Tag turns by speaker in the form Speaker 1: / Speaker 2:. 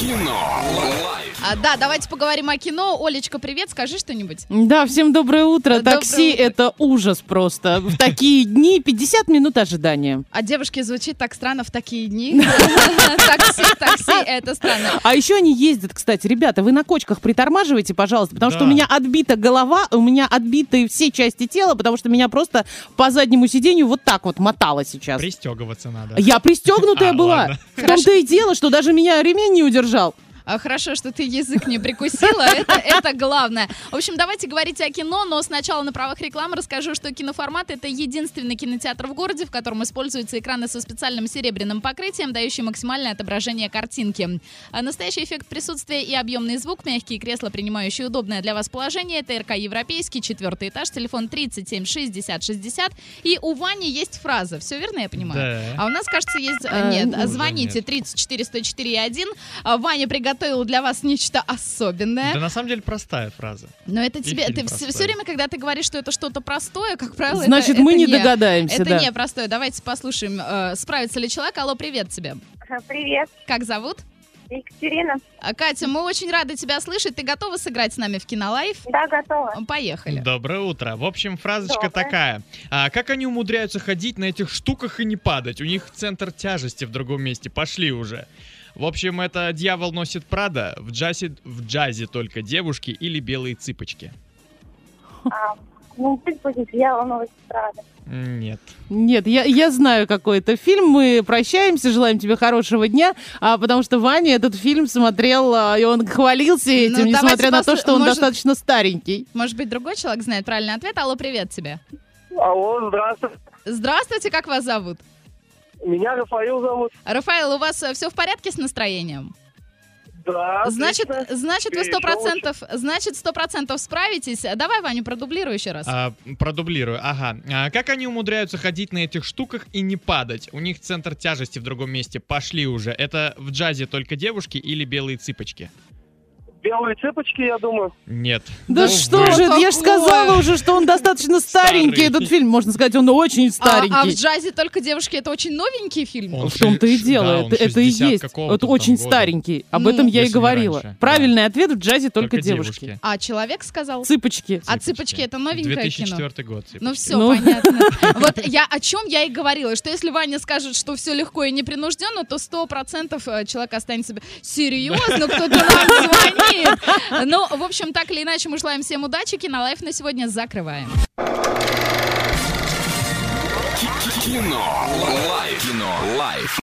Speaker 1: Кино. Лайф.
Speaker 2: А, да, давайте поговорим о кино. Олечка, привет, скажи что-нибудь.
Speaker 3: Да, всем доброе утро.
Speaker 2: Доброе
Speaker 3: Такси
Speaker 2: утро.
Speaker 3: это ужас просто. В такие дни 50 минут ожидания.
Speaker 2: А девушке звучит так странно в такие дни. Такси, такси, это странно.
Speaker 3: А еще они ездят, кстати, ребята, вы на кочках притормаживайте, пожалуйста, потому что
Speaker 4: Да.
Speaker 3: у меня отбита голова, у меня отбиты все части тела, потому что меня просто по заднему сиденью вот так вот мотало сейчас.
Speaker 4: Пристегиваться надо.
Speaker 3: Я пристегнутая
Speaker 4: А,
Speaker 3: была.
Speaker 4: ладно.
Speaker 3: В том-то и дело, что даже меня ремень не удержал.
Speaker 2: А, Хорошо, что ты язык не прикусила, это, это главное. В общем, давайте говорить о кино, но сначала на правах рекламы расскажу, что киноформат — это единственный кинотеатр в городе, в котором используются экраны со специальным серебряным покрытием, дающие максимальное отображение картинки. А Настоящий эффект присутствия и объемный звук, мягкие кресла, принимающие удобное для вас положение, это РК «Европейский», четвертый этаж, телефон 37 60 60. И у Вани есть фраза, все верно я понимаю?
Speaker 4: Да.
Speaker 2: А у нас, кажется, есть...
Speaker 3: Э,
Speaker 2: а, Нет,
Speaker 3: ну,
Speaker 2: звоните
Speaker 4: нет.
Speaker 2: 34 104 1. А, Ваня приготовил для вас нечто особенное.
Speaker 4: Да на самом деле простая фраза.
Speaker 2: Но это тебе...
Speaker 4: фильм
Speaker 2: Ты все,
Speaker 4: простой.
Speaker 2: время, когда ты говоришь, что это что-то простое, как правило, это-
Speaker 3: Значит,
Speaker 2: это
Speaker 3: мы не догадаемся,
Speaker 2: Это
Speaker 3: да.
Speaker 2: не простое. Давайте послушаем, э, справится ли человек. Алло, привет тебе.
Speaker 5: Привет,
Speaker 2: Как зовут?
Speaker 5: Екатерина.
Speaker 2: А, Катя, мы очень рады тебя слышать. Ты готова сыграть с нами в Кинолайф?
Speaker 5: Да, готова.
Speaker 2: Поехали.
Speaker 4: Доброе утро. В общем, фразочка
Speaker 5: Доброе.
Speaker 4: такая. А как они умудряются ходить на этих штуках и не падать? У них центр тяжести в другом месте. Пошли уже. В общем, это «Дьявол носит Прада», в джазе, в джазе только девушки или белые цыпочки.
Speaker 5: А, ну, пусть будет я новость рада.
Speaker 4: М, Нет.
Speaker 3: Нет, я, я знаю какой это фильм. Мы прощаемся, желаем тебе хорошего дня, а, потому что Ваня этот фильм смотрел, а, и он хвалился этим,
Speaker 2: Ну, давайте
Speaker 3: несмотря на то,
Speaker 2: посл-
Speaker 3: что он
Speaker 2: может-
Speaker 3: достаточно старенький.
Speaker 2: Может быть, другой человек знает правильный ответ. Алло, привет тебе.
Speaker 6: Алло, здравствуйте.
Speaker 2: Здравствуйте, как вас зовут?
Speaker 6: Меня Рафаил зовут.
Speaker 2: Рафаэл, у вас все в порядке с настроением?
Speaker 6: Да.
Speaker 2: Значит,
Speaker 6: отлично.
Speaker 2: значит, вы
Speaker 6: И
Speaker 2: сто
Speaker 6: что
Speaker 2: процентов, значит, сто процентов справитесь. А Давай, Ваню, продублируй еще раз.
Speaker 4: А, продублирую. Ага. А как они умудряются ходить на этих штуках и не падать? У них центр тяжести в другом месте. Пошли уже. Это в джазе только девушки или белые цыпочки?
Speaker 6: Белые цыпочки, я думаю.
Speaker 4: Нет. Ну,
Speaker 3: Да
Speaker 4: Увы.
Speaker 3: что же, я же
Speaker 2: Такое.
Speaker 3: сказала уже, что он достаточно старенький,
Speaker 4: Старый.
Speaker 3: этот фильм, можно сказать, он очень
Speaker 2: А-
Speaker 3: старенький.
Speaker 2: А, в джазе только девушки это очень новенький фильм.
Speaker 4: Он
Speaker 3: в том-то и
Speaker 4: ши-
Speaker 3: дело,
Speaker 4: да, он
Speaker 3: это, это и
Speaker 4: 60
Speaker 3: есть.
Speaker 4: какого-то
Speaker 3: Это
Speaker 4: там
Speaker 3: очень
Speaker 4: года.
Speaker 3: старенький. Об
Speaker 2: Ну,
Speaker 3: этом я и
Speaker 4: если не
Speaker 3: говорила.
Speaker 4: раньше, да.
Speaker 3: Правильный ответ в джазе только, девушки.
Speaker 2: А человек сказал.
Speaker 3: Цыпочки.
Speaker 2: А цыпочки это новенькое кино.
Speaker 4: 2004 год. цыпочки.
Speaker 2: Ну все,
Speaker 3: Ну.
Speaker 2: понятно. Вот я о чем я и говорила, что если Ваня скажет, что все легко и непринужденно, то сто процентов э, человек останется б- серьезно, кто-то нам звонит. Ну, в общем, так или иначе, мы желаем всем удачи. Кинолайф на сегодня закрываем.
Speaker 1: Кино. Лайф. Кино. Лайф.